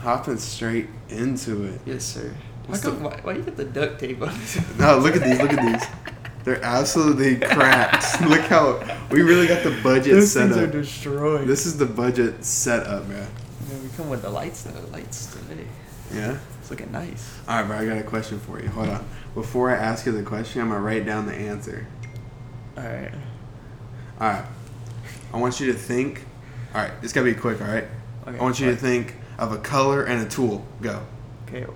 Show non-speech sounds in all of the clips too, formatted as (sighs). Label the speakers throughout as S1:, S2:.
S1: hopping straight into it.
S2: Yes, sir. Why,
S1: What's
S2: come,
S1: the-
S2: why, why you got the duct tape on this?
S1: (laughs) No, look at these, look at these.
S2: (laughs)
S1: They're absolutely cracks. (laughs) look how we really got the budget
S2: Those
S1: set
S2: things
S1: up.
S2: are destroyed.
S1: This is the budget setup, man.
S2: Man, we come with the lights though. The lights today.
S1: Yeah.
S2: It's looking nice.
S1: All right, bro. I got a question for you. Hold on. Before I ask you the question, I'm gonna write down the answer.
S2: All right.
S1: All right. I want you to think. All right. It's gotta be quick. All right.
S2: Okay.
S1: I want you to think of a color and a tool. Go.
S2: Okay.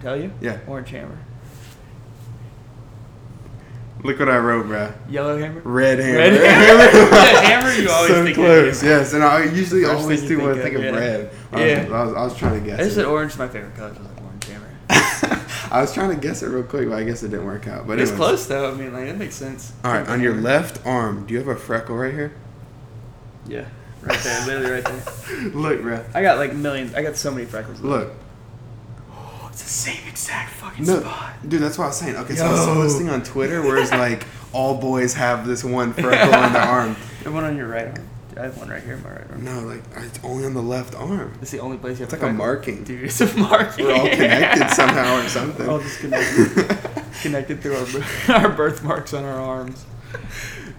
S2: Tell you.
S1: Yeah.
S2: Orange hammer.
S1: Look what I wrote, bro.
S2: Yellow hammer.
S1: Red hammer. (laughs)
S2: Red hammer. Red hammer, you always
S1: so
S2: think of
S1: close.
S2: hammer.
S1: Yes, and I usually
S2: First
S1: always
S2: thing
S1: do
S2: you
S1: when I
S2: think
S1: think
S2: of,
S1: of
S2: yeah.
S1: red. I was,
S2: Yeah.
S1: I was, I was trying to
S2: I
S1: guess.
S2: just said
S1: it.
S2: orange. is My favorite color was like orange hammer.
S1: (laughs) I was trying to guess it real quick, but I guess it didn't work out. But
S2: But it's
S1: anyways.
S2: close though. I mean, like that makes sense.
S1: All right. On your left arm, do you have a freckle right here? (laughs)
S2: Yeah. Right there. Literally right there.
S1: Look, bro.
S2: I got like millions. I got so many freckles.
S1: Look.
S2: (gasps) It's the same exact fucking
S1: No,
S2: spot.
S1: dude, that's what I was saying. Okay, so I saw
S2: Yo.
S1: this thing on Twitter where it's like all boys have this (laughs)
S2: (laughs)
S1: one freckle on their arm.
S2: And one on your right arm. Dude, I have one right here in my right arm.
S1: No, like it's only on the left
S2: (laughs)
S1: arm.
S2: It's the only place you have
S1: It's like a
S2: freckles.
S1: marking.
S2: Dude, it's a marking.
S1: We're all
S2: (laughs)
S1: connected somehow or something.
S2: We're all just
S1: (laughs)
S2: connected. connected through our, bir- (laughs) our birthmarks on our arms.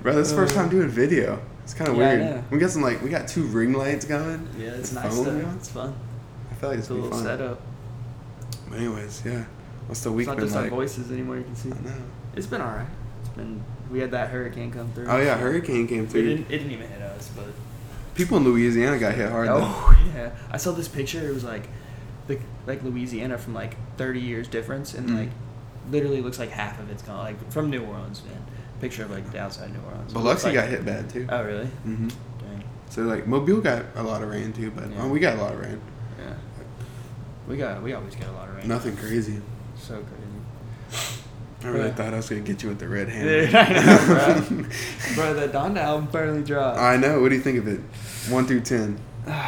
S1: Bro, this is the first
S2: Uh,
S1: time doing video. It's kind of
S2: yeah, I know.
S1: weird. We got some like we got two ring lights going.
S2: Yeah, it's
S1: The
S2: nice
S1: phone
S2: though.
S1: going.
S2: It's fun.
S1: I feel like it's
S2: It's a
S1: gonna be
S2: little
S1: fun.
S2: setup.
S1: But anyways, yeah. What's the
S2: It's
S1: week
S2: not
S1: been
S2: just our
S1: like?
S2: voices anymore. You can see.
S1: I know.
S2: It's been alright. It's been. We had that hurricane come through.
S1: Oh yeah, hurricane came
S2: We didn't.
S1: through.
S2: It didn't even hit us, but.
S1: People in Louisiana got hit hard. though.
S2: Oh (laughs) yeah, I saw this picture. It was like, the, like Louisiana from like 30 years difference, and
S1: Mm.
S2: like, literally looks like half of it's gone. Like from New Orleans, man. Picture of like the outside New Orleans. It looks
S1: Biloxi
S2: like-
S1: got hit bad too.
S2: Oh really?
S1: hmm
S2: Dang.
S1: So like Mobile got a lot of rain too, but
S2: Yeah.
S1: oh, we got a lot of rain.
S2: Yeah. We got. We always get a lot of rain.
S1: Nothing crazy.
S2: So crazy.
S1: I really
S2: Yeah.
S1: thought I was gonna get you with the red hand.
S2: Dude, (laughs)
S1: (laughs)
S2: I know, bro. bro, the Donda album barely dropped.
S1: I know. What do you think of it? One through ten.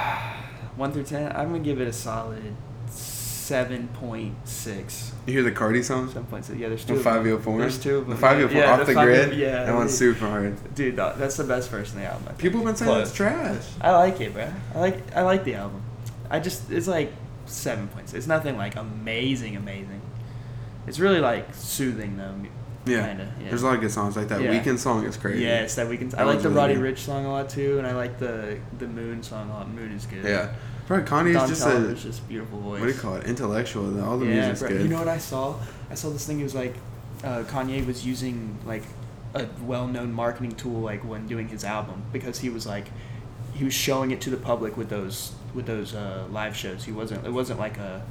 S2: (sighs) One through ten, I'm gonna give it a solid seven point six.
S1: You hear the Cardi song?
S2: Seven point six. Yeah, there's two.
S1: The
S2: of them.
S1: five year four.
S2: There's two of them.
S1: The five year four
S2: Yeah,
S1: off the, grid.
S2: 504 Yeah,
S1: that one's
S2: dude.
S1: super hard.
S2: Dude, tha- that's the best verse in the album. I think.
S1: People have been saying
S2: Close.
S1: it's trash.
S2: I like it, bro. I like I like the album. I just it's like seven points. It's nothing like amazing, amazing. It's really like soothing though. mu-
S1: Yeah.
S2: Kinda, yeah.
S1: There's a lot of good songs like that.
S2: Yeah.
S1: Weekend song is crazy.
S2: Yes, that we can. I
S1: That
S2: like
S1: one's
S2: the
S1: really
S2: Roddy
S1: good.
S2: Rich song a lot too, and I like the the Moon song a lot. Moon is good.
S1: Yeah. Bro, Kanye's
S2: Don
S1: just
S2: Toliver's
S1: a
S2: just beautiful voice.
S1: what do you call it? Intellectual. though. All the
S2: yeah,
S1: music's
S2: bro.
S1: good.
S2: You know what I saw? I saw this thing. It was like uh, Kanye was using like a well-known marketing tool, like when doing his album, because he was like he was showing it to the public with those with those uh, live shows. He wasn't. It wasn't like a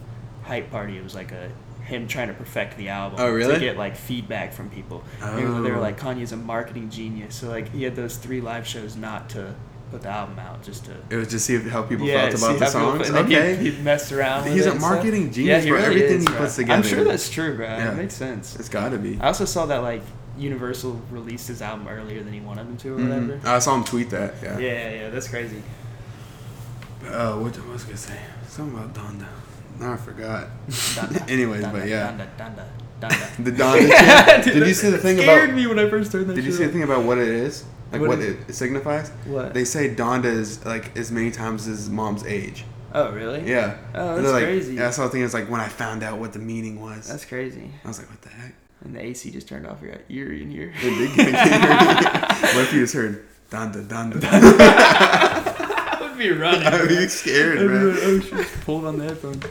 S2: hype party. It was like a him trying to perfect the album.
S1: Oh, really?
S2: To get like feedback from people. They were- They were
S1: Oh.
S2: like Kanye's a marketing genius. So like he had those three live shows not to put the album out, just to
S1: It was just see how people
S2: yeah,
S1: felt
S2: see
S1: about the
S2: how people
S1: songs.
S2: feel- and then
S1: okay.
S2: he, he messed around. with
S1: He's
S2: it
S1: a
S2: and stuff.
S1: marketing genius,
S2: he
S1: bro. Everything he
S2: bro.
S1: puts
S2: I'm
S1: together.
S2: sure that's true, bro.
S1: Yeah.
S2: It makes sense.
S1: it's gotta be.
S2: I also saw that like Universal released his album earlier than he wanted them to, or
S1: Mhm.
S2: whatever.
S1: I saw him tweet that. Yeah.
S2: Yeah, yeah, that's
S1: (laughs)
S2: crazy.
S1: Uh, what, what was I gonna say? Something about Donda. No, I forgot.
S2: Donda,
S1: (laughs) Anyways,
S2: Donda,
S1: but yeah,
S2: Donda, Donda,
S1: (laughs)
S2: Donda.
S1: the
S2: (laughs)
S1: Donda. chant. Did
S2: Dude,
S1: you
S2: that
S1: see the thing
S2: scared
S1: about?
S2: me when I first heard that.
S1: Did you
S2: shit.
S1: see the thing about what it is? Like
S2: What
S1: what,
S2: is
S1: it, it signifies?
S2: What?
S1: They say Donda is like as many times as mom's age.
S2: Oh, really?
S1: Yeah.
S2: Oh,
S1: And
S2: that's
S1: they're like,
S2: crazy.
S1: Yeah, I saw the thing. It's like when I found out what the meaning was.
S2: That's crazy.
S1: I was like, what the
S2: (laughs)
S1: heck?
S2: And the AC just turned off. Your (laughs) ear
S1: (laughs)
S2: in here.
S1: They did get it. (laughs) what if you just heard Donda Donda?
S2: I would be running.
S1: (laughs) I'd
S2: bro.
S1: be scared,
S2: Everyone-
S1: bro.
S2: oh shit! Pulled on the headphones.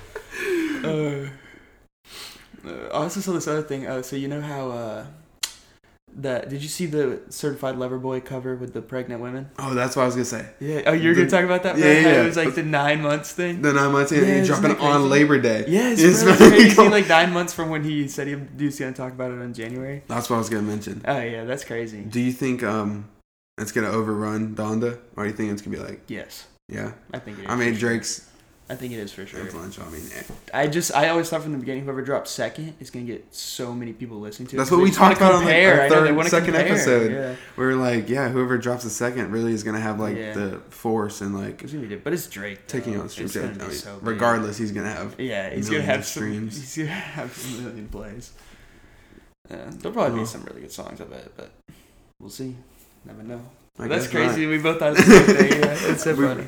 S2: Uh, uh, I also saw this other thing. Oh, so you know how uh, that? Did you see the Certified Lover Boy cover with the pregnant women?
S1: Oh, that's what I was gonna say.
S2: Yeah. Oh, you were gonna
S1: The-
S2: talk about that?
S1: yeah,
S2: man? How
S1: yeah,
S2: It was like the nine months thing.
S1: The nine months in,
S2: Yeah,
S1: and
S2: isn't
S1: dropping
S2: that
S1: on
S2: crazy?
S1: Labor Day.
S2: Yes,
S1: It's
S2: (laughs) bro, it's
S1: really
S2: crazy.
S1: cool.
S2: Like nine months from when he said he was gonna talk about it in January.
S1: (laughs) That's what I was gonna mention.
S2: Oh yeah, that's crazy.
S1: Do you think um it's gonna overrun Donda, or do you think it's gonna be like
S2: Yes,
S1: yeah?
S2: I think it is.
S1: I mean Drake's
S2: I think it is for sure.
S1: influence. I mean eh.
S2: I just I always thought from the beginning whoever drops second is gonna get so many people listening to it.
S1: That's
S2: 'cause
S1: what
S2: they
S1: we
S2: just wanna
S1: talked about on, like,
S2: compare.
S1: our
S2: I know, they
S1: third-
S2: wanna
S1: second
S2: compare.
S1: episode.
S2: Yeah.
S1: we were like yeah, whoever drops the second really is gonna have like
S2: Yeah.
S1: the force and like
S2: It's gonna be different, but it's Drake though.
S1: taking on streams.
S2: It's gonna
S1: Yeah,
S2: be
S1: I mean,
S2: so big.
S1: regardless, he's gonna have
S2: Yeah, he's gonna
S1: millions
S2: have
S1: of
S2: some,
S1: streams.
S2: He's gonna (laughs) have a million plays. Yeah, there'll probably
S1: Oh.
S2: be some really good songs, I bet, but we'll see. Never know.
S1: I
S2: that's
S1: guess not.
S2: crazy. We both thought it was the same thing. Yeah, it's so
S1: (laughs) We-
S2: funny.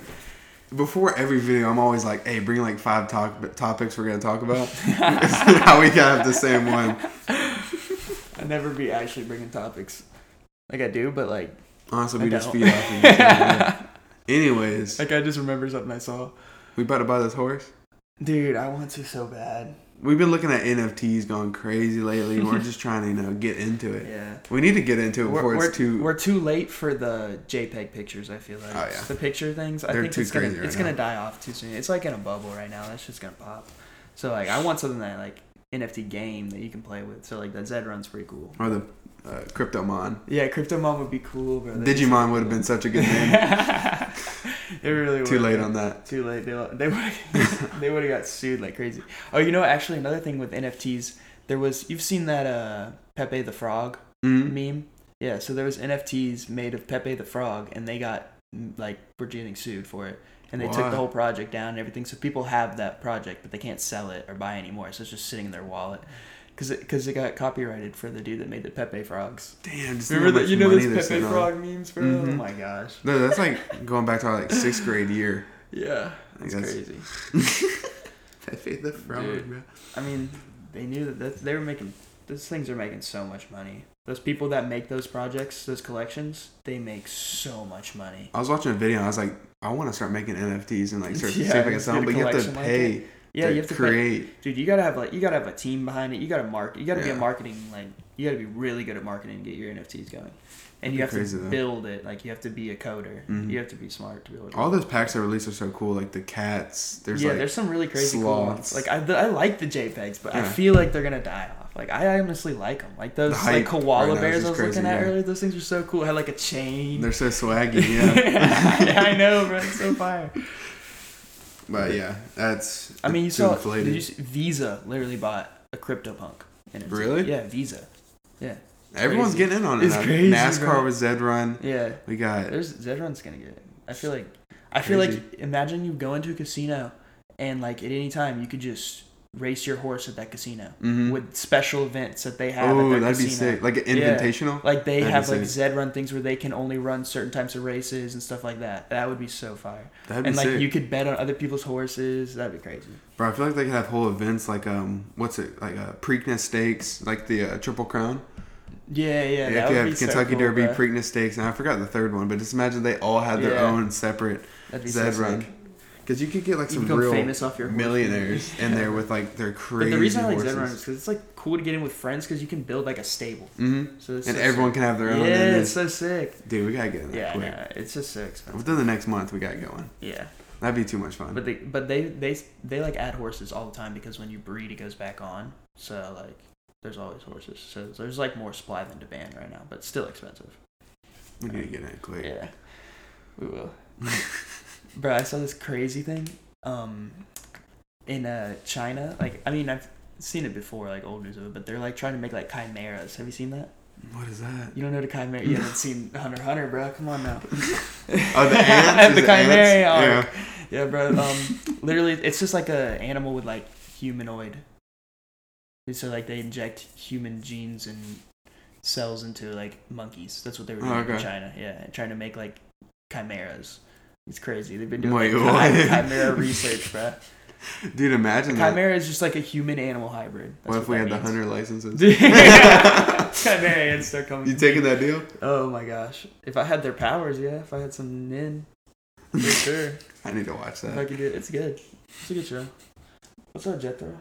S1: before every video, I'm always like, "Hey, bring like five talk- topics we're gonna talk about." (laughs)
S2: (laughs)
S1: How we gotta have the same one.
S2: I never be actually bringing topics. Like I do, but like
S1: Honestly,
S2: I
S1: we just
S2: don't.
S1: feed off. of each
S2: (laughs)
S1: other. Anyways,
S2: like I just remember something I saw.
S1: we about to buy this horse.
S2: Dude, I want to so bad.
S1: We've been looking at NFTs going crazy lately. We're just trying to you know get into it.
S2: Yeah.
S1: We need to get into it
S2: We're,
S1: before
S2: we're,
S1: it's too.
S2: we're too late for the JPEG pictures. I feel like
S1: Oh, yeah.
S2: the picture things. I
S1: They're
S2: think
S1: too
S2: it's gonna
S1: crazy right
S2: it's gonna die off too soon. It's like in a bubble right now. That's just gonna pop. So like I want something that like NFT game that you can play with. So like that Zed run's pretty cool.
S1: or the uh, Cryptomon.
S2: Yeah, Cryptomon would be cool, bro. That'd be
S1: Digimon would have been such a good name.
S2: (laughs) it really
S1: Too
S2: would.
S1: late on that.
S2: Too late. They they would they would have got (laughs) sued like crazy. Oh, you know, actually, another thing with NFTs, there was you've seen that uh Pepe the Frog
S1: Mm.
S2: meme. Yeah, so there was NFTs made of Pepe the Frog, and they got mm, like were getting sued for it, and they took
S1: Why?
S2: the whole project down and everything. So people have that project, but they can't sell it or buy it anymore. So it's just sitting in their wallet. Cause it, Cause it got copyrighted for the dude that made the Pepe frogs.
S1: Damn, just
S2: Remember that? You know
S1: this
S2: those Pepe frog memes, bro. Oh
S1: Mhm.
S2: my gosh.
S1: No, that's like going back to our like sixth grade year.
S2: Yeah,
S1: I
S2: that's
S1: guess.
S2: crazy.
S1: Pepe the Frog,
S2: Dude.
S1: bro.
S2: I mean, they knew that that's, they were making those things are making so much money. Those people that make those projects, those collections, they make so much money.
S1: I was watching a video. and I was like, I want to start making NFTs and like start
S2: (laughs) Yeah,
S1: see if I can
S2: get
S1: sell them,
S2: a
S1: but you have to
S2: collection like
S1: pay.
S2: Yeah, you have to pay.
S1: create.
S2: dude. You gotta have like you gotta have a team behind it. You gotta market. You gotta be a
S1: Yeah.
S2: marketing like you gotta be really good at marketing to get your NFTs going. And
S1: That'd
S2: you
S1: be
S2: have
S1: crazy,
S2: to
S1: though.
S2: build it. Like you have to be a coder.
S1: Mhm.
S2: You have to be smart to be able to.
S1: All those packs that released are so cool. Like the cats. There's
S2: yeah,
S1: like
S2: there's some really crazy cool ones.
S1: sloths.
S2: Like I, th- I like the JPEGs, but I
S1: Yeah.
S2: feel like they're gonna die off. Like I honestly like them. Like those
S1: The
S2: like
S1: hype right
S2: koala
S1: now is
S2: bears I
S1: just
S2: was
S1: crazy,
S2: looking at
S1: yeah.
S2: earlier. Those things are so cool. It had like a chain.
S1: they're so
S2: (laughs)
S1: swaggy. Yeah.
S2: Yeah, I know, bro. It's so fire.
S1: (laughs) but yeah, that's.
S2: I mean, you
S1: too
S2: saw
S1: inflated.
S2: did you see, Visa literally bought a CryptoPunk. NFT.
S1: Really?
S2: Yeah, Visa. Yeah,
S1: Everyone's
S2: crazy.
S1: getting in on it.
S2: It's
S1: now.
S2: crazy,
S1: NASCAR
S2: bro.
S1: with Zed Run.
S2: yeah.
S1: We got
S2: There's Zedron's gonna get. It. I feel like. I feel
S1: Crazy.
S2: like. Imagine you go into a casino, and like at any time you could just race your horse at that casino
S1: Mhm.
S2: with special events that they have.
S1: Oh,
S2: at their
S1: that'd
S2: casino.
S1: be sick. Like an
S2: Yeah.
S1: invitational.
S2: Like they
S1: That'd be
S2: have like
S1: sick.
S2: Zed Run things where they can only run certain types of races and stuff like that. That would be so fire.
S1: That'd be
S2: and like
S1: sick.
S2: you could bet on other people's horses. That'd be crazy.
S1: Bro, I feel like they could have whole events like um, what's it like uh, Preakness Stakes, like the uh, Triple Crown.
S2: Yeah, yeah.
S1: If
S2: that
S1: you
S2: would
S1: have
S2: be so
S1: Kentucky
S2: cool,
S1: Derby,
S2: bruh.
S1: Preakness Stakes, and I forgot the third one, but just imagine they all had their
S2: Yeah.
S1: own separate
S2: That'd be so
S1: Zed
S2: sick.
S1: Run. Because you could get like
S2: You
S1: some
S2: become
S1: real
S2: famous off your horse.
S1: millionaires in there with like their
S2: (laughs) But
S1: crazy
S2: the reason I like
S1: horses.
S2: Zed Run is because it's like cool to get in with friends because you can build like a stable.
S1: Mm-hmm.
S2: So it's
S1: And
S2: so
S1: everyone can have their own.
S2: Yeah,
S1: and
S2: it's
S1: it's-
S2: so sick.
S1: Dude, we gotta get in that
S2: Yeah,
S1: quick.
S2: nah, it's just so expensive.
S1: Within the next month, we gotta go in.
S2: Yeah,
S1: That'd be too much fun.
S2: but they but they they they like add horses all the time because when you breed, it goes back on. So like, there's always horses. So there's like more supply than demand right now, but still expensive.
S1: we need to get in it quick.
S2: Yeah, we will. Bro, I saw this crazy thing. Um, in uh China, like I mean I've seen it before, like old news of it, but they're like trying to make like chimeras. Have you seen that?
S1: (laughs) What is that?
S2: You don't know the chimera? You haven't seen Hunter x Hunter, bro. Come
S1: (laughs)
S2: on now.
S1: Oh, the
S2: (laughs)
S1: ants.
S2: the
S1: Is it ants?
S2: chimera
S1: Yeah.
S2: arc. Yeah, bro. Um, literally, it's just like a animal with like humanoid. And so like they inject human genes and cells into like monkeys. That's what they were
S1: Oh,
S2: doing in
S1: okay.
S2: China. Yeah, and trying to make like chimeras. It's crazy. They've been doing
S1: Wait,
S2: like, chi-
S1: what?
S2: chimera research, bro.
S1: Dude, imagine that.
S2: Chimera is just like a human animal hybrid. That's
S1: What if we had
S2: that
S1: the
S2: means.
S1: hunter licenses?
S2: (laughs) chimera and start coming.
S1: you taking that deal?
S2: Oh my gosh! If I had their powers, yeah. If I had some nin, (laughs)
S1: (laughs)
S2: for sure.
S1: I need to watch
S2: If I
S1: that.
S2: could do it, it's good. It's a good show. What's up, Jethro?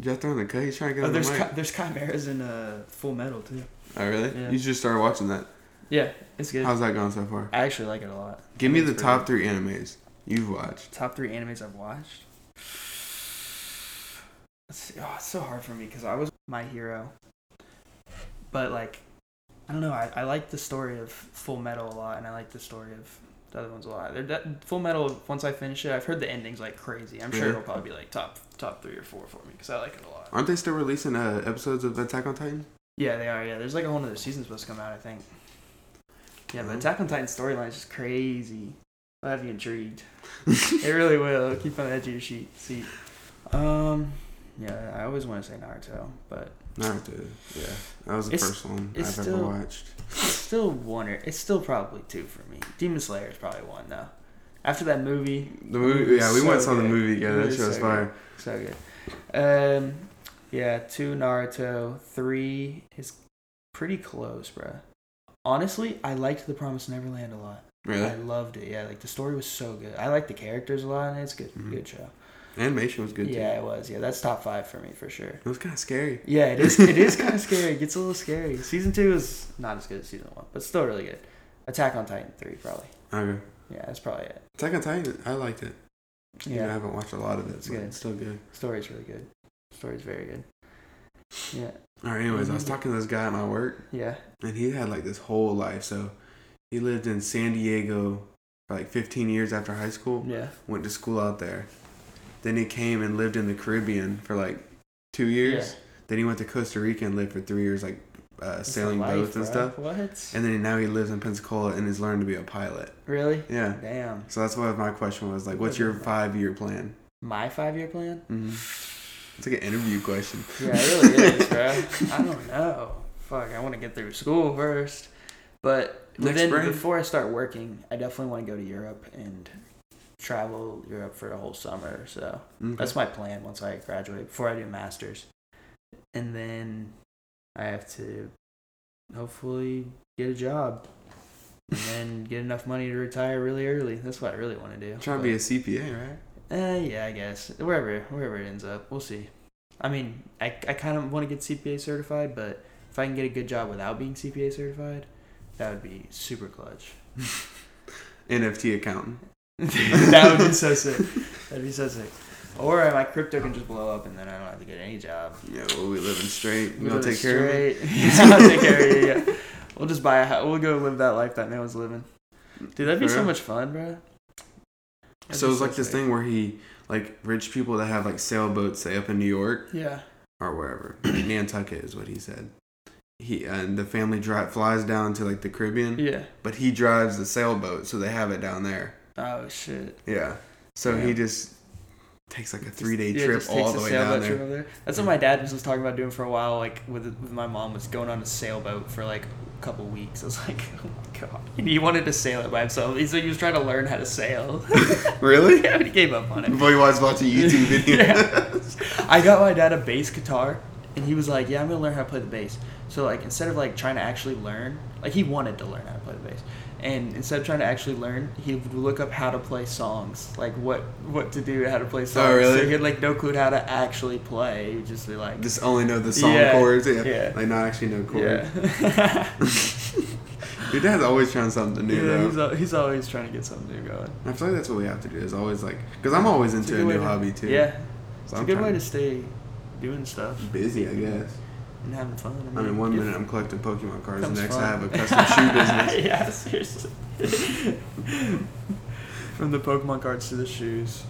S1: Jethro and the Cut, he's trying to get
S2: Oh,
S1: on the
S2: there's
S1: mic.
S2: chi- there's chimeras in uh, Full Metal too.
S1: oh, really?
S2: Yeah.
S1: You just started watching that.
S2: Yeah, it's good.
S1: How's that going so far?
S2: I actually like it a lot.
S1: Give me
S2: It's
S1: the
S2: pretty
S1: top three animes you've watched.
S2: good. Top three animes I've watched. Let's see. Oh, it's so hard for me because I was my hero, but like, I don't know. I, I like the story of Full Metal a lot, and I like the story of the other ones a lot. They're, that, Full Metal. Once I finish it, I've heard the ending's like crazy. I'm sure
S1: Really?
S2: it'll probably be like top top three or four for me because I like it a lot.
S1: Aren't they still releasing uh, episodes of Attack on Titan?
S2: Yeah, they are. Yeah, there's like a whole other season supposed to come out, I think. Yeah, but
S1: Mhm.
S2: Attack on Titan storyline is just crazy. I'll have you intrigued. it really
S1: (laughs)
S2: will. It'll keep you on the edge of your sheet seat. Um, yeah, I always want to say Naruto, but
S1: Naruto. Yeah, that was the
S2: It's-
S1: first one I've
S2: it's
S1: ever
S2: still-
S1: watched.
S2: it's still one or it's still probably two for me. Demon Slayer is probably one though. After that movie,
S1: The movie, yeah, we
S2: so
S1: went saw the
S2: good.
S1: movie together. That
S2: Movie's
S1: shit was
S2: so
S1: fire.
S2: so good. Um, yeah, two Naruto, three is pretty close, bruh. Honestly, I liked The Promised Neverland a lot.
S1: Really,
S2: I loved it. Yeah, like the story was so good. I liked the characters a lot, and it's good.
S1: Mhm.
S2: Good show.
S1: animation was good.
S2: yeah, it was. Yeah, that's top five for me for sure.
S1: too. it was kind of scary.
S2: Yeah, it is. It
S1: (laughs)
S2: is kind of scary. It gets a little scary. Season two is not as good as season one, but still really good. Attack on Titan three probably.
S1: Okay,
S2: Yeah, that's probably it.
S1: Attack on Titan, I liked it. Yeah, I
S2: Yeah,
S1: haven't watched a lot of it,
S2: It's
S1: but
S2: good.
S1: it's still good.
S2: story's really good. Story's very good. Yeah,
S1: All right, anyways, I was
S2: Mhm.
S1: talking to this guy at my work,
S2: yeah.
S1: and he had like this whole life. So he lived in San Diego for like 15 years after high school.
S2: Yeah.
S1: Went to school out there. Then he came and lived in the Caribbean for like two years. Then he went to Costa Rica and lived for three years, like uh,
S2: It's
S1: sailing
S2: life,
S1: boats and
S2: bruh.
S1: stuff.
S2: What?
S1: And then now he lives in Pensacola and has learned to be a pilot.
S2: really?
S1: Yeah.
S2: Damn.
S1: So that's what my question was like, what's your five year plan?
S2: My five year plan?
S1: Mm-hmm. It's like an interview question.
S2: Yeah,
S1: (laughs)
S2: it really is, bro. I don't know. Fuck, I want to get through school first. But
S1: Next
S2: within,
S1: spring.
S2: before I start working, I definitely want to go to Europe and travel Europe for a whole summer. So that's my plan once I graduate, before I do masters. And then I have to hopefully get a job and then get enough money to retire really early. That's what I really want to do.
S1: Trying to be a CPA, right?
S2: Uh, yeah, I guess wherever wherever it ends up, we'll see. I mean, I, I kind of want to get CPA certified, but if I can get a good job without being CPA certified, that would be super clutch. (laughs)
S1: (laughs) NFT accountant.
S2: that would be so sick. That'd be so sick. Or my crypto can just blow up, and then I don't have to get any job.
S1: Yeah, well, we living straight. We gonna
S2: Living
S1: take care of it. (laughs)
S2: straight. yeah, I'll take care of (laughs) you. Yeah. We'll just buy a house. We'll go live that life that man was living. Dude, that'd be
S1: For
S2: so
S1: real.
S2: much fun, bro.
S1: So it was like this thing where he, like, rich people that have like sailboats, say up in New York
S2: Yeah.
S1: or wherever, (clears throat) Nantucket is what he said. He uh, and the family drive flies down to like the Caribbean,
S2: Yeah.
S1: but he drives the sailboat, so they have it down there.
S2: Oh shit.
S1: Yeah. So he
S2: Yeah.
S1: just takes like a three day
S2: Yeah,
S1: trip
S2: just
S1: all
S2: takes
S1: the
S2: a
S1: way
S2: sailboat
S1: down
S2: trip
S1: there.
S2: over there. That's what my dad was, was talking about doing for a while, like with, with my mom, was going on a sailboat for like a couple weeks. (laughs) I was like, oh my god. And he wanted to sail it by himself. He said he was trying to learn how to sail.
S1: (laughs) Really?
S2: (laughs) yeah, but he gave up on it.
S1: Before he was
S2: (laughs)
S1: watching YouTube videos. (laughs)
S2: Yeah. I got my dad a bass guitar, and he was like, "Yeah, I'm gonna learn how to play the bass." So like, instead of like trying to actually learn, like he wanted to learn how to play the bass, and instead of trying to actually learn, he would look up how to play songs, like what what to do, how to play songs.
S1: Oh, really?
S2: So he had like no clue how to actually play. He would just be like,
S1: Just only know the song
S2: Yeah,
S1: chords. Yeah.
S2: yeah.
S1: Like not actually know chords.
S2: yeah.
S1: (laughs) Your dad's always trying something new
S2: yeah,
S1: though.
S2: he's, al- he's always trying to get something new going.
S1: I feel like that's what we have to do. Is always like, because I'm always
S2: It's
S1: into a,
S2: good way
S1: new
S2: to-
S1: hobby too.
S2: Yeah,
S1: so
S2: it's a
S1: I'm
S2: good way
S1: trying
S2: to stay doing stuff
S1: busy, I guess.
S2: and having fun.
S1: I mean, one
S2: yeah.
S1: minute I'm collecting Pokemon cards, the
S2: Comes
S1: next
S2: fun.
S1: I have
S2: (laughs)
S1: a custom shoe business.
S2: yeah, seriously.
S1: (laughs)
S2: From the Pokemon cards to the shoes.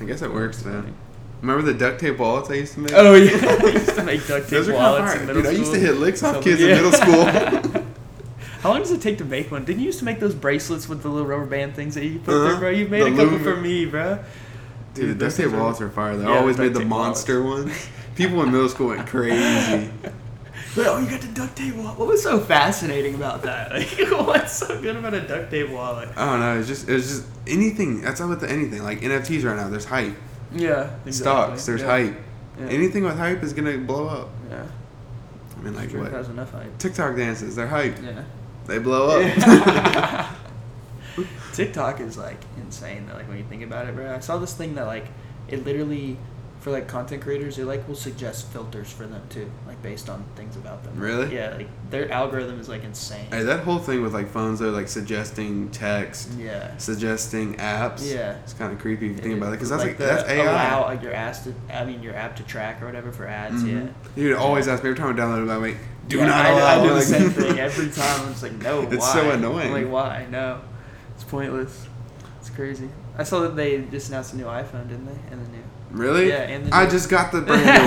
S1: I guess it works now. Remember the duct tape wallets I used to make? (laughs)
S2: Oh yeah, (laughs) I used to make duct tape
S1: Those are kinda
S2: wallets
S1: hard.
S2: in middle
S1: Dude, I used
S2: school.
S1: to hit licks off
S2: Something-
S1: kids
S2: Yeah.
S1: in middle school.
S2: (laughs)
S1: (laughs)
S2: How long does it take to make one? Didn't you used to make those bracelets with the little rubber band things that you put
S1: Uh-huh.
S2: there, bro? You made
S1: The
S2: a couple
S1: loom-
S2: for me, bro.
S1: Dude, the duct
S2: those
S1: tape
S2: things are-
S1: wallets are fire. They
S2: Yeah, the
S1: always made
S2: duct
S1: the
S2: tape wallets.
S1: monster
S2: (laughs)
S1: ones. People in middle school went crazy.
S2: But, oh, you got the duct tape wallet. What was so fascinating about that? (laughs) Like, what's so good about a duct tape wallet?
S1: I don't know. It's just it's just anything. That's all with the anything. Like NFTs right now. There's hype.
S2: Yeah, exactly.
S1: Stocks. There's
S2: yeah.
S1: hype.
S2: Yeah.
S1: Anything with hype is gonna blow up.
S2: Yeah,
S1: I mean, like
S2: sure
S1: what?
S2: has enough hype.
S1: TikTok dances. They're hype.
S2: Yeah.
S1: They blow up.
S2: TikTok is like insane though, like when you think about it, bro. I saw this thing that like it literally for like content creators, it like will suggest filters for them too, like based on things about them.
S1: Really?
S2: Yeah, like their algorithm is like insane.
S1: (laughs) hey, that whole thing with like phones though, like suggesting text,
S2: yeah.
S1: suggesting apps.
S2: Yeah.
S1: It's kind of creepy if you think about it because that's like
S2: the
S1: that's AI.
S2: Allow like your ass to, I mean your app to track or whatever for ads.
S1: Mhm.
S2: Yeah.
S1: Dude, always ask me every time I download it. I'm like, do
S2: Yeah,
S1: not
S2: I,
S1: allow.
S2: I do the
S1: Like- (laughs)
S2: same thing every time. I'm just like, no.
S1: It's
S2: why?
S1: so annoying.
S2: I'm like, why? No, it's pointless. It's crazy. I saw that they just announced a new iPhone, didn't they? And the new.
S1: Really?
S2: Yeah, and the
S1: I
S2: new-
S1: just got (laughs)
S2: (laughs)
S1: the brand new one.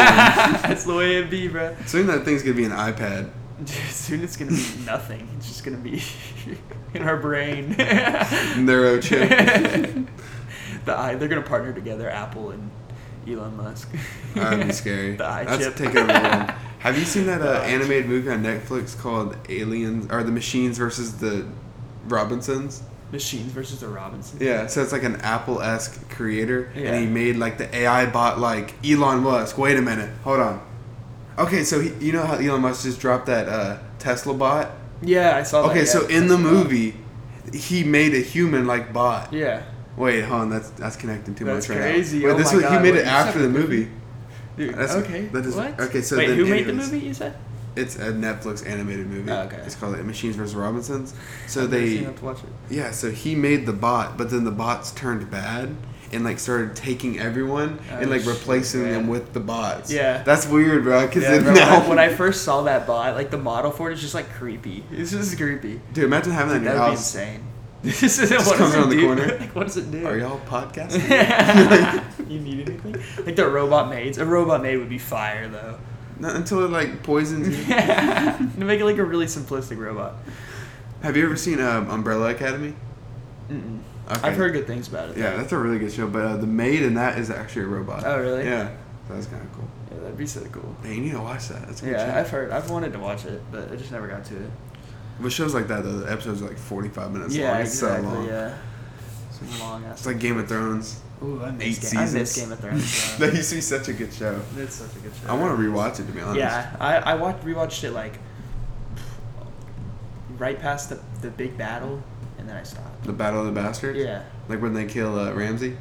S2: That's the way it be, bro.
S1: Soon that thing's gonna be an iPad.
S2: Dude, soon it's gonna be
S1: (laughs)
S2: nothing. It's just gonna be (laughs) in our brain. (laughs)
S1: Neurochip.
S2: the eye. They're gonna partner together, Apple and Elon Musk. (laughs)
S1: That'd be scary.
S2: the eye
S1: That's
S2: chip.
S1: taking over the world.
S2: (laughs)
S1: Have you seen that
S2: The
S1: uh,
S2: eye
S1: animated movie on Netflix called Aliens or The Machines versus the Robinsons?
S2: Machines versus the Robinsons.
S1: Yeah, so it's like an Apple esque creator,
S2: Yeah.
S1: and he made like the AI bot like Elon Musk. Wait a minute, hold on. Okay, so he, you know how Elon Musk just dropped that uh, Tesla bot?
S2: Yeah, I saw that.
S1: Okay,
S2: Oh, yeah.
S1: so in the movie, he made a human like bot.
S2: Yeah.
S1: Wait, hold on, that's that's connecting too
S2: That's
S1: much right
S2: crazy,
S1: now. Wait,
S2: oh
S1: this
S2: my
S1: was he
S2: God,
S1: made
S2: wait,
S1: it
S2: you
S1: after
S2: said
S1: the
S2: the
S1: movie.
S2: Dude,
S1: That's-
S2: okay.
S1: that is-
S2: what?
S1: okay, so
S2: Wait,
S1: then
S2: who made the
S1: anyways-
S2: movie, you said?
S1: It's a Netflix animated movie.
S2: Oh, okay.
S1: It's called Machines vs. Robinsons. So
S2: I've never seen
S1: they
S2: it to watch it.
S1: Yeah, so he made the bot, but then the bots turned bad and like started taking everyone and
S2: Oh,
S1: like
S2: shit,
S1: replacing them
S2: man.
S1: with the bots.
S2: Yeah.
S1: that's weird, bro. Because
S2: Yeah, bro, when,
S1: now,
S2: I, when I first saw that bot, like the model for it is just like creepy. It's just creepy.
S1: (laughs) dude, imagine having that in
S2: Dude,
S1: your
S2: that would be
S1: house.
S2: insane.
S1: (laughs)
S2: This is
S1: Just
S2: what
S1: comes
S2: does it
S1: around the
S2: do?
S1: corner.
S2: (laughs) like, what does it do?
S1: Are y'all podcasting?
S2: (laughs)
S1: (laughs)
S2: you need anything? Like the robot maids. A robot maid would be fire though.
S1: Not until it like poisons you.
S2: (laughs)
S1: Mm-hmm.
S2: to make it like a really simplistic robot.
S1: Have you ever seen um, Umbrella Academy?
S2: Mm-mm.
S1: Okay.
S2: I've heard good things about it.
S1: Yeah, that's a really good show. But uh, the maid in that is actually a robot.
S2: Oh, really?
S1: Yeah, so that's kind of cool.
S2: Yeah, that'd be so cool.
S1: Man, you need to watch that. That's a good
S2: Yeah,
S1: show.
S2: I've heard. I've wanted to watch it, but I just never got to it.
S1: With shows like that, though, the episodes are like forty-five minutes
S2: yeah,
S1: long. It's
S2: exactly.
S1: so long.
S2: Yeah, some long ass.
S1: It's like Game of Thrones.
S2: Ooh, I
S1: eight
S2: miss, Game, I
S1: seasons. (laughs)
S2: miss Game of Thrones.
S1: that
S2: bro.
S1: used to be such a good show.
S2: That's such a good show.
S1: I want to rewatch it to be honest.
S2: Yeah, I I watched rewatched it like right past the the big battle, and then I stopped.
S1: The Battle of the Bastards.
S2: Yeah,
S1: Like when they kill uh, Ramsey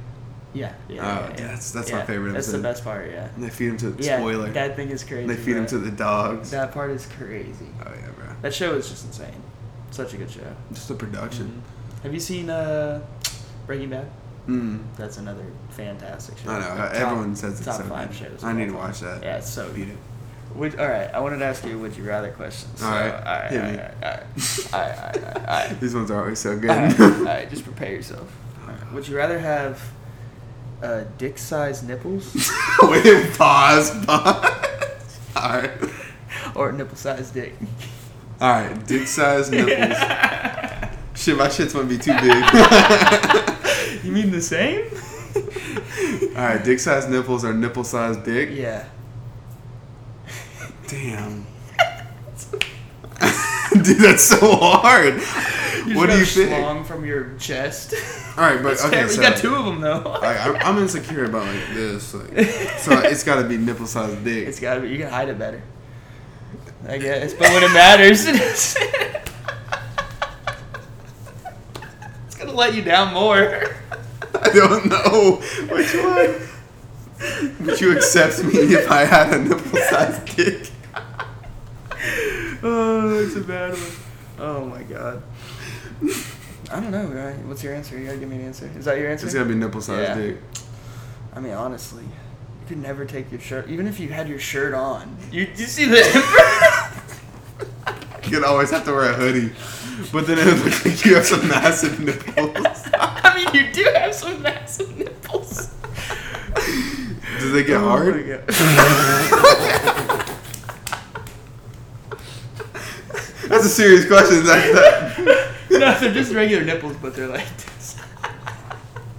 S2: yeah, yeah.
S1: Oh,
S2: yeah, yeah.
S1: that's- that's my
S2: Yeah,
S1: favorite
S2: That's the
S1: episode.
S2: best part. Yeah.
S1: and they feed him to the
S2: Yeah,
S1: spoiler.
S2: that thing is crazy.
S1: and they feed him to
S2: bro.
S1: the dogs.
S2: That part is crazy.
S1: oh yeah, bro.
S2: That show is just insane. Such a good show.
S1: Just the production.
S2: Mhm. Have you seen uh, Breaking Bad?
S1: Mm.
S2: That's another fantastic show.
S1: I know.
S2: Like, top-
S1: everyone says it's
S2: top
S1: so
S2: five
S1: good.
S2: shows.
S1: I
S2: of
S1: need
S2: all
S1: to
S2: time.
S1: watch that.
S2: Yeah, it's so
S1: Beat
S2: good. (laughs)
S1: it.
S2: Would, all right, I wanted to ask you a would you rather question. So,
S1: All right,
S2: all right,
S1: hit
S2: all
S1: me.
S2: right, all right, all right, all right, all
S1: (laughs)
S2: right.
S1: These ones are always so good.
S2: All right, all
S1: (laughs)
S2: right, just prepare yourself. All right. Would you rather have uh,
S1: (laughs)
S2: dick-sized nipples
S1: Wait, pause, pause. All right,
S2: (laughs) or nipple-sized dick?
S1: all right. Dick
S2: (laughs)
S1: size nipples. Shit, my shit's gonna be too big.
S2: You mean the same?
S1: (laughs) all right, dick size nipples or nipple size dick.
S2: Yeah.
S1: (laughs) Damn. (laughs) Dude, that's so hard.
S2: You
S1: what do you
S2: just got
S1: think?
S2: Schlong from your chest.
S1: All right, but
S2: That's
S1: okay,
S2: fair.
S1: so
S2: you got two of them though.
S1: like, I'm, I'm
S2: (laughs)
S1: insecure about like this, like, so it's got to be nipple sized dick.
S2: It's gotta be. You can hide it better. I guess,
S1: (laughs)
S2: but when it matters, it's gonna let you down more.
S1: I don't know which one. Would you accept me if I had a nipple sized dick?
S2: (laughs) Oh, it's a bad one. Oh my god. I don't know. Right? What's your answer? You gotta give me an answer. Is that your answer?
S1: It's gotta be nipple sized
S2: Yeah.
S1: dick.
S2: I mean, honestly, you could never take your shirt, even if you had your shirt on. You, you see the.
S1: You'd always have to wear a hoodie, but then it would look like you have some massive nipples.
S2: (laughs) I mean, you do have some massive nipples.
S1: Does it get
S2: Oh
S1: hard?
S2: my (laughs) God.
S1: (laughs) That's a serious question. That, that,
S2: (laughs) no, they're just regular nipples, but they're like this. (laughs)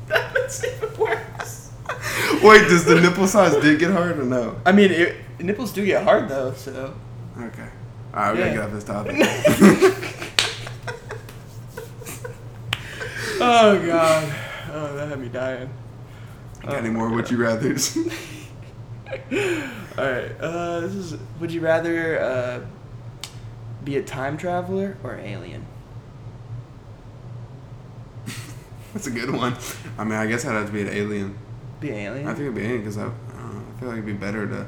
S2: that makes it even worse.
S1: wait, does the nipple sized dick get hard or no?
S2: I mean, it, nipples do get hard though,
S1: (laughs)
S2: so.
S1: Okay. All right, we gotta
S2: Yeah.
S1: get off this topic.
S2: (laughs) Oh god. Oh, that had me dying. Oh.
S1: Got any
S2: (laughs)
S1: more would you rather's?
S2: Alright, uh, this is. Would you rather uh, be a time traveler or alien?
S1: That's a good one. I mean, I guess I'd have to be an alien.
S2: Be an
S1: I
S2: alien?
S1: think it'd be alien because I, I don't know, I feel like it'd be better to.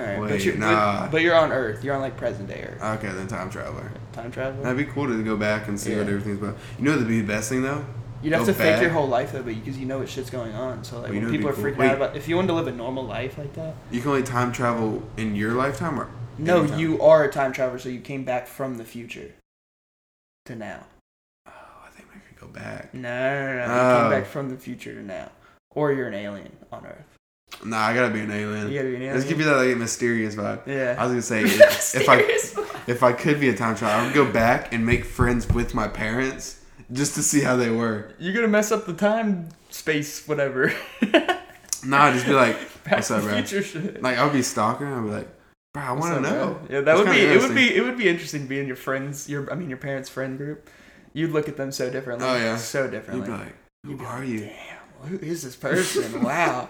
S2: Alright,
S1: wait,
S2: but, you're- but-
S1: nah.
S2: but you're on Earth. You're on like present day Earth.
S1: Okay, then time traveler.
S2: Time traveler?
S1: That'd be cool to go back and see what
S2: Yeah.
S1: everything's about. You know, that'd be the best thing though.
S2: You'd have
S1: Go
S2: to
S1: back.
S2: fake your whole life though, because you know what shit's going on. So like,
S1: Well, you
S2: when
S1: know
S2: people are
S1: it'd be
S2: freaking
S1: cool.
S2: out
S1: Wait.
S2: about if you wanted to live a normal life like that.
S1: You can only time travel in your lifetime, or
S2: No,
S1: anytime?
S2: you are a time traveler, so you came back from the future to now.
S1: Oh, I think I could go back.
S2: No, no, no, no. you
S1: Oh.
S2: came back from the future to now, or you're an alien on Earth.
S1: Nah, I gotta be an alien.
S2: You gotta be an
S1: Let's give
S2: alien.
S1: you that like mysterious vibe.
S2: Yeah.
S1: I was gonna
S2: (laughs)
S1: say if, if I
S2: Serious? (laughs)
S1: if I could be a time traveler, I would go back and make friends with my parents just to see how they were.
S2: You're gonna mess up the time, space, whatever. (laughs)
S1: Nah, I'd just be like,
S2: Back
S1: what's
S2: to
S1: up,
S2: the
S1: bro?
S2: Future shit.
S1: Like I'll be stalking. I'll be like, bro, I want
S2: So,
S1: to know.
S2: bro, Yeah, that
S1: That's
S2: would be.
S1: kinda
S2: It would
S1: interesting.
S2: be. It would be interesting to be in your friends. Your, I mean, your parents' friend group, You'd look at them so differently.
S1: Oh, yeah.
S2: So
S1: You'd
S2: differently.
S1: be like, who
S2: You'd be
S1: are
S2: like,
S1: you?
S2: Damn, who is
S1: (laughs)
S2: this person? wow.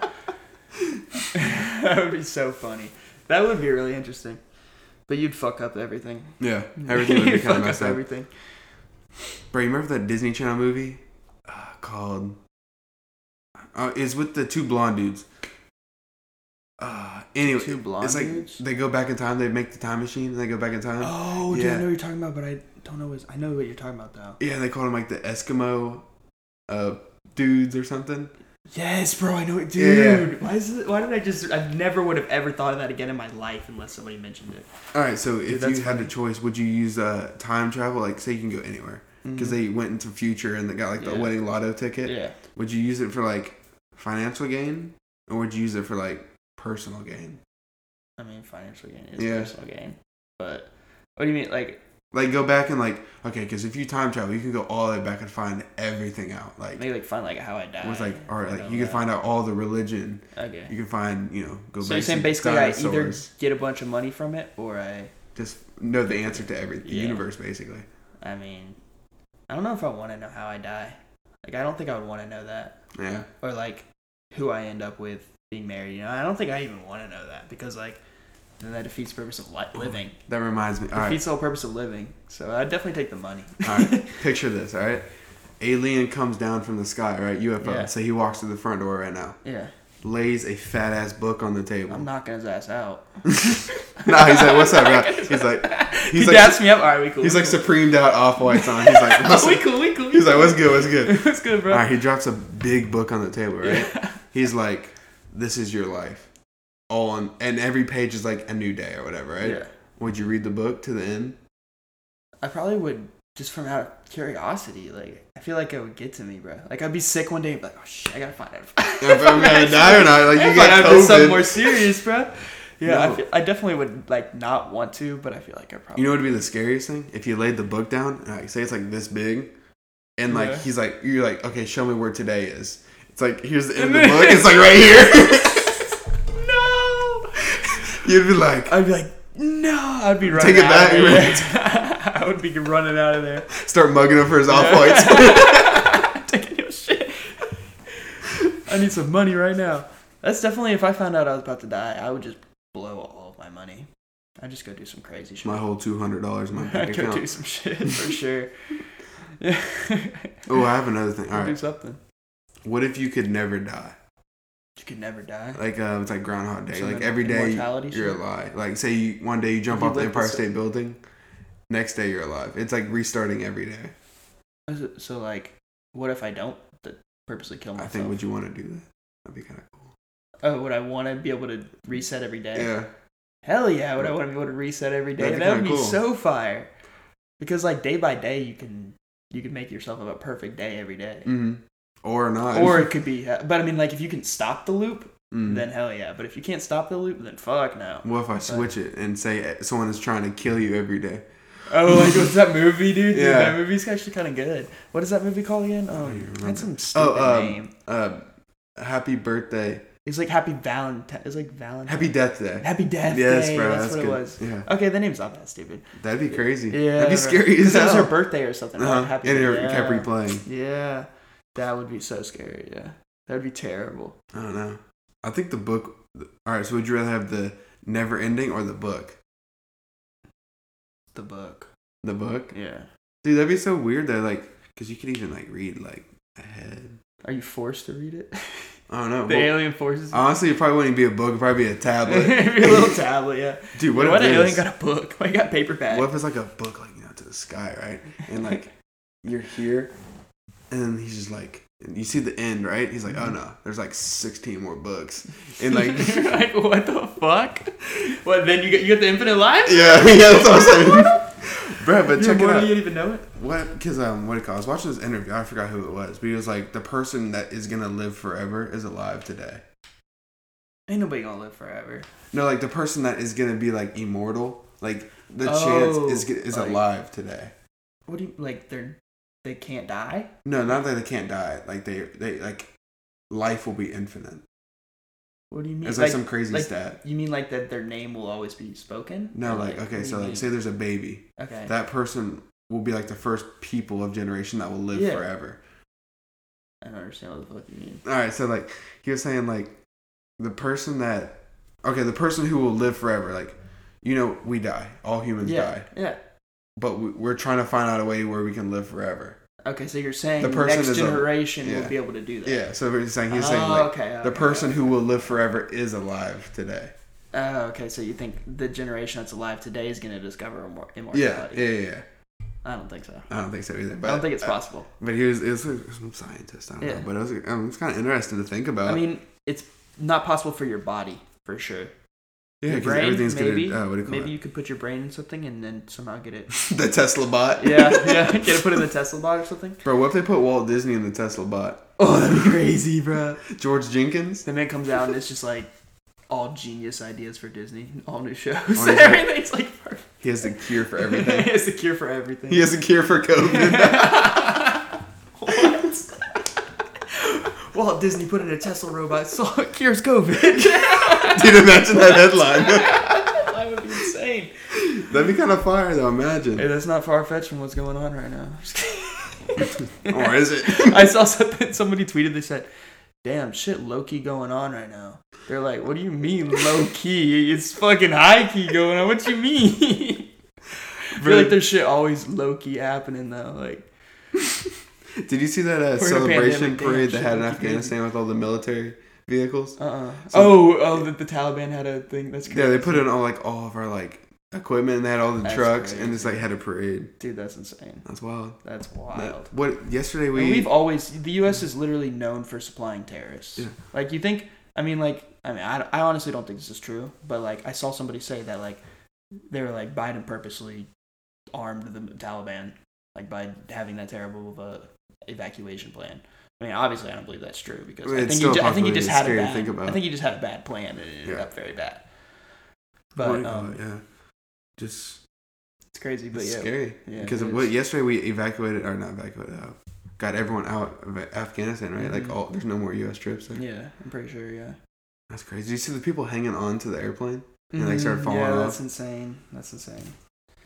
S2: (laughs) that would be so funny. That would be really interesting. But you'd fuck up everything.
S1: Yeah, everything would
S2: (laughs) You'd
S1: be kind
S2: fuck
S1: of
S2: up
S1: messed up.
S2: Everything.
S1: Bro, you remember that Disney Channel movie uh, called? Uh, it's with the two blonde dudes. Uh, anyway,
S2: Two blonde
S1: it's like
S2: dudes?
S1: they go back in time. They make the time machine. and They go back in time.
S2: (gasps) Oh, dude,
S1: Um, yeah.
S2: I know what you're talking about, but I don't know what I know what you're talking about though.
S1: Yeah, they called them like the Eskimo uh, dudes or something.
S2: Yes, bro, I know it,
S1: Yeah, yeah.
S2: dude. Why is it, Why did I just? I never would have ever thought of that again in my life unless somebody mentioned it.
S1: All right, so if
S2: that's
S1: you had
S2: funny.
S1: a choice, would you use uh, time travel? Like, say you can go anywhere because Mm. they went into future and they got like the
S2: Mm-hmm. Yeah.
S1: wedding lotto ticket.
S2: yeah,
S1: Would you use it for like financial gain, or would you use it for like personal gain?
S2: I mean, financial gain is
S1: Yeah.
S2: personal gain, but what do you mean? Like,
S1: Like go back and like okay, because if you time travel, you can go all the way back and find everything out. Like
S2: maybe like find like how I died.
S1: with like all right,
S2: and
S1: like
S2: all
S1: you can
S2: that.
S1: find out all the religion.
S2: Okay.
S1: You can find you know go.
S2: so
S1: back
S2: you're saying
S1: to
S2: basically I either
S1: dinosaurs.
S2: get a bunch of money from it or I
S1: just know the answer to every the
S2: Yeah.
S1: universe basically.
S2: I mean I don't know if I want to know how I die. Like I don't think I would want to know that
S1: Yeah,
S2: or like who I end up with being married. You know, I don't think I even want to know that because like then that defeats the purpose of li- living.
S1: that reminds me. All right,
S2: defeats the whole purpose of living. So I'd definitely take the money.
S1: all
S2: (laughs)
S1: right. Picture this. All right, alien comes down from the sky. Right, UFO.
S2: Yeah.
S1: Say he walks through the front door right now,
S2: yeah,
S1: lays a fat ass book on the table. (laughs)
S2: I'm knocking his ass out.
S1: nah, he's
S2: (laughs)
S1: like, what's up, bro? He's like, he's
S2: he
S1: like,
S2: daps me up. All right, we cool.
S1: he's
S2: we
S1: like
S2: cool.
S1: supremed out off whites on. He's
S2: (laughs)
S1: like, what's
S2: we
S1: up?
S2: cool, we cool.
S1: He's like, what's good? What's
S2: (laughs)
S1: good?
S2: what's good, bro?
S1: All right, he drops a big book on the table, right? He's like, "This is your life." All on, and every page is like a new day or whatever, right?
S2: Yeah.
S1: Would you read the book to the end?
S2: I probably would just from out of curiosity. Like I feel like it would get to me, bro. Like I'd be sick one day, and be like, oh shit, I gotta find out if,
S1: If I'm
S2: (laughs)
S1: gonna die or not? Like you
S2: if I
S1: got
S2: have something
S1: COVID.
S2: more serious, bro. Yeah,
S1: No.
S2: I, feel, I definitely would like not want to, but I feel like I probably
S1: you know what would be the scariest thing? If you laid the book down, and like, say it's like this big, and like
S2: Yeah.
S1: he's like, you're like, okay, show me where today is. It's like here's the
S2: (laughs)
S1: end
S2: And
S1: of the
S2: then-
S1: book. It's like right here.
S2: (laughs) no.
S1: You'd be like,
S2: I'd be like, no. I'd be
S1: Take
S2: running
S1: it
S2: out
S1: back,
S2: of there. (laughs) I would be running out of there.
S1: start mugging him for his off whites.
S2: (laughs) Taking your shit. I need some money right now. That's definitely if I found out I was about to die, I would just blow all of my money. I'd just go do some crazy
S1: (laughs)
S2: shit.
S1: My whole two hundred dollars in my
S2: (laughs) I
S1: bank
S2: could do
S1: account.
S2: some
S1: (laughs)
S2: shit for sure. (laughs) Yeah.
S1: Oh, I have another thing. All
S2: Do
S1: right,
S2: something.
S1: what if you could never die?
S2: You could never die.
S1: Like uh, it's like Groundhog Day.
S2: Some
S1: like every day
S2: immortality
S1: you're
S2: shit?
S1: alive. Like say you one day you jump
S2: You
S1: off the
S2: live
S1: Empire
S2: this-
S1: State Building, next day you're alive. It's like restarting every day.
S2: Is it- So like, what if I don't th- purposely kill
S1: I
S2: myself?
S1: think would you want to do that? That'd be kind of cool.
S2: Oh, would I want to be able to reset every day?
S1: Yeah.
S2: Hell yeah! Would I want to be able to reset every day?
S1: That'd be
S2: That would
S1: kinda
S2: be
S1: cool.
S2: so fire. Because like day by day, you can you can make yourself have a perfect day every day.
S1: hmm Or not.
S2: Or it could be, but I mean, like if you can stop the loop,
S1: Mhm.
S2: then hell yeah. But if you can't stop the loop, then fuck no.
S1: What if I switch it and say eh, someone is trying to kill you every day?
S2: Oh, like what's that movie, dude? Dude,
S1: Yeah.
S2: that movie's actually kind of good. What is that movie called again?
S1: I don't
S2: Um,
S1: even
S2: it had
S1: remember.
S2: some stupid
S1: Oh, um,
S2: name.
S1: uh, happy birthday,
S2: It's like Happy Valentine. It's like Valentine.
S1: happy death day.
S2: Happy Death
S1: yes,
S2: Day.
S1: bro,
S2: that's, what
S1: good.
S2: it was.
S1: Yeah,
S2: Okay, the name's not that stupid.
S1: that'd be crazy.
S2: Yeah,
S1: that'd be
S2: bro.
S1: scary
S2: 'Cause
S1: as
S2: That was her
S1: hell.
S2: birthday or something. right?
S1: Uh-huh.
S2: Happy
S1: And it
S2: yeah.
S1: kept replaying.
S2: Yeah, that would be so scary. Yeah, that would be terrible.
S1: I don't know. I think the book. All right, so would you rather have the never ending or the book?
S2: The book.
S1: The book,
S2: Yeah.
S1: dude. That'd be so weird though, like, cause you could even like read like ahead.
S2: Are you forced to read it? uh,
S1: I don't know.
S2: (laughs) the
S1: Well,
S2: alien forces. (laughs)
S1: honestly, it probably wouldn't be a book. It'd probably be a tablet,
S2: Maybe a little tablet. Yeah.
S1: dude. What,
S2: What, what
S1: if
S2: an
S1: it
S2: alien
S1: is-
S2: got a book? Why you got paperback?
S1: What if it's like a book, like you know, to the sky, right? And
S2: (laughs)
S1: like you're here, and then he's just like, and you see the end, right? He's like, oh no, there's like 16 more books, and
S2: (laughs)
S1: like, (laughs)
S2: You're like, what the (laughs) fuck? What? Then you get you get the infinite life?
S1: yeah, (laughs) yeah, that's what I'm
S2: (laughs)
S1: saying, bro. But
S2: You're
S1: check it
S2: immortal,
S1: out.
S2: You didn't even know it.
S1: What? Because um, what do you call? it? I was watching this interview. I forgot who it was, but he was like, the person that is gonna live forever is alive today.
S2: Ain't nobody gonna live forever.
S1: No, like the person that is gonna be like immortal, like the
S2: Oh,
S1: chance is is
S2: like-
S1: alive today.
S2: What do you like? They're they can't die.
S1: No, not that they can't die. Like they they like life will be infinite.
S2: What do you mean?
S1: It's like, some crazy
S2: like-
S1: stat.
S2: you mean like that their name will always be spoken?
S1: No,
S2: Or,
S1: like
S2: what
S1: okay,
S2: do
S1: so
S2: you
S1: like
S2: mean?
S1: say there's a baby.
S2: okay,
S1: That person will be like the first people of generation that will live
S2: Yeah.
S1: forever.
S2: I don't understand what the fuck you mean.
S1: All right, so like he was saying, like the person that okay, the person who will live forever, like you know, we die. All humans
S2: Yeah,
S1: die,
S2: yeah.
S1: but we, we're trying to find out a way where we can live forever.
S2: Okay, so you're saying
S1: The
S2: the
S1: person
S2: next
S1: is a-
S2: generation
S1: yeah.
S2: will be able to do that.
S1: Yeah. So he's saying he's
S2: oh,
S1: saying like
S2: okay, okay,
S1: the person who will live forever is alive today.
S2: Oh, okay. So you think the generation that's alive today is going to discover immor-
S1: Yeah,
S2: immortality?
S1: yeah, yeah, yeah.
S2: I don't think so.
S1: I don't think so either. But
S2: I don't think it's
S1: uh,
S2: possible.
S1: But he was, it was like some scientist. I don't
S2: Yeah.
S1: know. But it was, um, it's kind of interesting to think about.
S2: I mean, it's not possible for your body for sure.
S1: yeah,
S2: your
S1: because
S2: brain,
S1: everything's
S2: maybe,
S1: gonna. Uh, what do you call
S2: Maybe you could put your brain in something and then somehow
S1: (laughs)
S2: get it.
S1: it? the Tesla bot.
S2: Yeah, yeah. Get it put in the Tesla bot or something.
S1: Bro, what if they put Walt Disney in the Tesla bot?
S2: Oh, that'd be crazy, bro.
S1: George Jenkins.
S2: Then it comes out and it's just like all genius ideas for Disney, all new shows.
S1: Or is it-
S2: (laughs) Everything's like perfect.
S1: He has the cure for everything.
S2: (laughs) it's the cure for everything.
S1: he has a cure for COVID. (laughs)
S2: what? Walt Disney put in a Tesla robot, so (laughs) it cures COVID.
S1: Dude, imagine that headline. (laughs)
S2: that would be insane.
S1: That'd be kind of fire, though. Imagine.
S2: Hey, (laughs) that's not far fetched from what's going on right now. (laughs)
S1: or Oh, is it? (laughs)
S2: I saw something. Somebody tweeted. They said, "Damn shit, low key going on right now." They're like, "What do you mean low key? It's fucking high key going on. What you mean?" (laughs) I feel like there's shit always low key happening though. Like,
S1: Did you see that
S2: a
S1: uh, celebration
S2: pandemic, damn
S1: parade that
S2: shit,
S1: had in
S2: look at
S1: Afghanistan with all the military vehicles?
S2: uh, uh
S1: So-
S2: oh, oh, that the Taliban had a thing. That's crazy.
S1: Yeah, they put in all like all of our like equipment. and They had all the
S2: That's
S1: trucks
S2: crazy.
S1: and just like had a parade.
S2: dude. That's insane.
S1: That's wild.
S2: That's
S1: That-
S2: wild.
S1: What yesterday
S2: and
S1: we
S2: we've always the U.S. is literally known for supplying terrorists.
S1: Yeah.
S2: Like you think, I mean, like I mean, I, I honestly don't think this is true, but like I saw somebody say that like they were like Biden purposely armed the Taliban like by having that terrible uh, evacuation plan. I mean, obviously, I don't believe that's true because
S1: I mean,
S2: I
S1: it's
S2: think
S1: still
S2: he, ju- I think he
S1: possibly
S2: just had a
S1: scary to
S2: bad.
S1: think about.
S2: I think he just had a bad plan and it ended
S1: Yeah.
S2: up very bad.
S1: what do
S2: But
S1: you call
S2: um,
S1: it? yeah, just
S2: it's crazy. But
S1: it's
S2: yeah,
S1: scary
S2: yeah,
S1: because
S2: it
S1: of what
S2: is.
S1: yesterday we evacuated or not evacuated out, got everyone out of Afghanistan right? Like
S2: Mhm.
S1: all there's no more U.S. trips there.
S2: yeah, I'm pretty sure. Yeah,
S1: That's crazy. Did you see the people hanging on to the airplane? And they started
S2: Mhm,
S1: falling
S2: Yeah,
S1: off.
S2: that's insane. That's insane.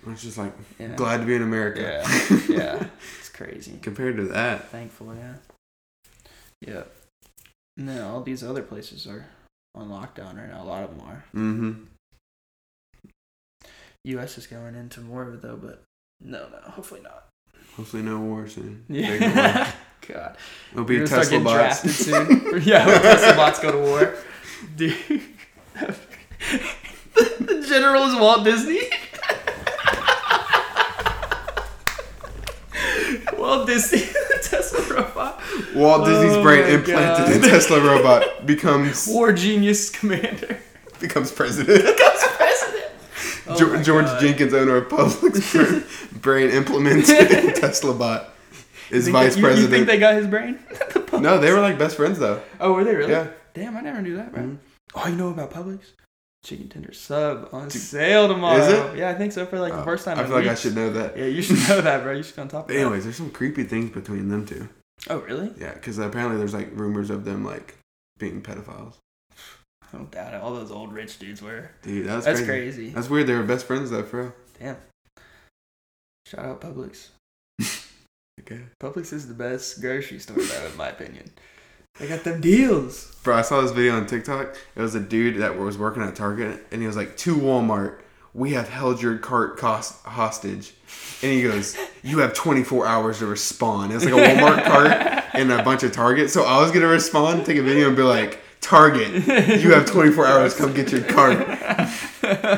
S1: I was just like
S2: Yeah.
S1: glad to be in America.
S2: Yeah,
S1: (laughs)
S2: yeah, (laughs) it's crazy.
S1: Compared to that,
S2: Thankful, yeah. Yeah. No, all these other places are on lockdown right now. A lot of them are.
S1: mm-hmm.
S2: U.S. is going into more of it though, but no, no, hopefully not.
S1: Hopefully, no war soon. Big war.
S2: Yeah. (laughs) God. (laughs)
S1: It'll be
S2: We're gonna start
S1: Tesla
S2: getting
S1: bots.
S2: drafted soon. (laughs) yeah, when Tesla bots go to war, dude. (laughs) the general is Walt Disney. (laughs) Walt Disney, (laughs) the Tesla robot.
S1: Walt Disney's
S2: Oh my
S1: brain implanted in
S2: God.
S1: (laughs) Tesla
S2: (laughs)
S1: robot becomes
S2: War genius commander.
S1: becomes president.
S2: Becomes president.
S1: (laughs)
S2: Oh
S1: Geor-
S2: my
S1: George
S2: God.
S1: Jenkins, owner of
S2: (laughs)
S1: Publix, br- brain implemented in Tesla bot, is
S2: Think
S1: vice
S2: that- you,
S1: president.
S2: You think they got his brain?
S1: no, they were like best friends though.
S2: Oh, were they really?
S1: Yeah,
S2: Damn, I never knew that, bro.
S1: Mhm.
S2: Oh, you know about Publix? Chicken tender sub on sale tomorrow.
S1: Is it?
S2: Yeah, I think so for like the
S1: Oh,
S2: first time.
S1: I
S2: in
S1: feel like I
S2: weeks.
S1: should know that.
S2: Yeah, you should
S1: (laughs)
S2: know that, bro. You should on top of that.
S1: Anyways, there's some creepy things between them two.
S2: Oh, really?
S1: Yeah, because apparently there's like rumors of them like being pedophiles.
S2: I don't doubt it. All those old rich dudes were.
S1: Dude, that's,
S2: That's,
S1: crazy.
S2: crazy.
S1: That's weird. They were best friends though, for real.
S2: Shout out Publix.
S1: (laughs) Okay.
S2: Publix is the best grocery store, though, in my opinion. They got them deals.
S1: Bro, I saw this video on TikTok. It was a dude that was working at Target, and he was like, "To Walmart, we have held your cart cost hostage." And he goes, "You have 24 hours to respond." It's like a
S2: (laughs)
S1: Walmart cart and a bunch of Target. So I was gonna respond, take a video, and be like, "Target, you have 24 hours. Come get your
S2: (laughs)
S1: (laughs) cart."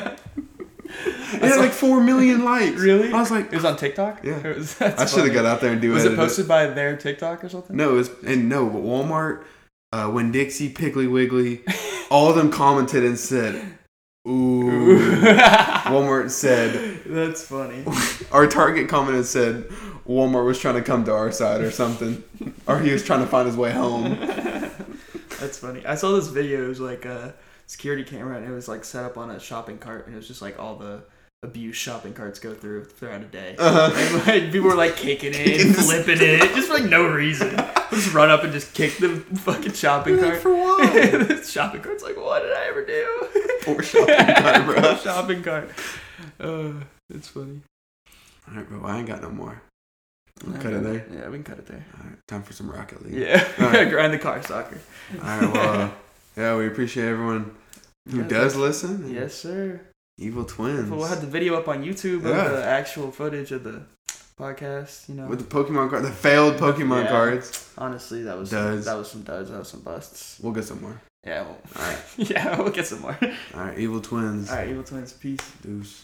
S1: It had like four million likes.
S2: Really?
S1: I was like,
S2: It was on TikTok.
S1: Yeah.
S2: (laughs) It was- that's
S1: I should have
S2: funny.
S1: got out there and do
S2: Was it
S1: edited
S2: posted by their TikTok or something?
S1: No, it was and no, but Walmart, uh, when Dixie, Piggly Wiggly, all of them commented and said, "Ooh." Walmart said,
S2: (laughs) That's funny.
S1: our Target commented said Walmart was trying to come to our side or something, or he was trying to find his way home.
S2: (laughs) That's funny. I saw this video. It was like a security camera, and it was like set up on a shopping cart, and it was just like all the abuse shopping carts go through throughout
S1: (laughs)
S2: a day.
S1: Uh-huh.
S2: And like people were like
S1: (laughs)
S2: kicking
S1: Kicking
S2: it,
S1: this-
S2: flipping it, just for like no reason. just run up and just kick the fucking shopping
S1: Like,
S2: cart.
S1: for
S2: (laughs)
S1: what?
S2: The shopping cart's like, what did I ever do? (laughs)
S1: Poor shopping cart, bro.
S2: shopping cart. Uh, it's funny.
S1: All right, bro. I ain't got no more.
S2: Yeah,
S1: Cut it
S2: we-
S1: there.
S2: Yeah, we can cut it there.
S1: All right, time for some Rocket League.
S2: Yeah, (laughs)
S1: Alright.
S2: grind the car soccer.
S1: All right. Well,
S2: (laughs)
S1: uh, yeah, we appreciate everyone who
S2: Yeah.
S1: does listen.
S2: Yes, sir.
S1: Evil twins.
S2: We'll have the video up on YouTube
S1: Yeah.
S2: of the actual footage of the podcast. You know,
S1: With the Pokemon card, the failed Pokemon
S2: Yeah.
S1: cards.
S2: honestly, that was
S1: Duds.
S2: that was some duds. That was some busts.
S1: We'll get some more.
S2: Yeah, well,
S1: All right.
S2: (laughs) yeah, we'll get some more. All
S1: All right. Evil twins.
S2: right, evil twins, peace.
S1: Deuce.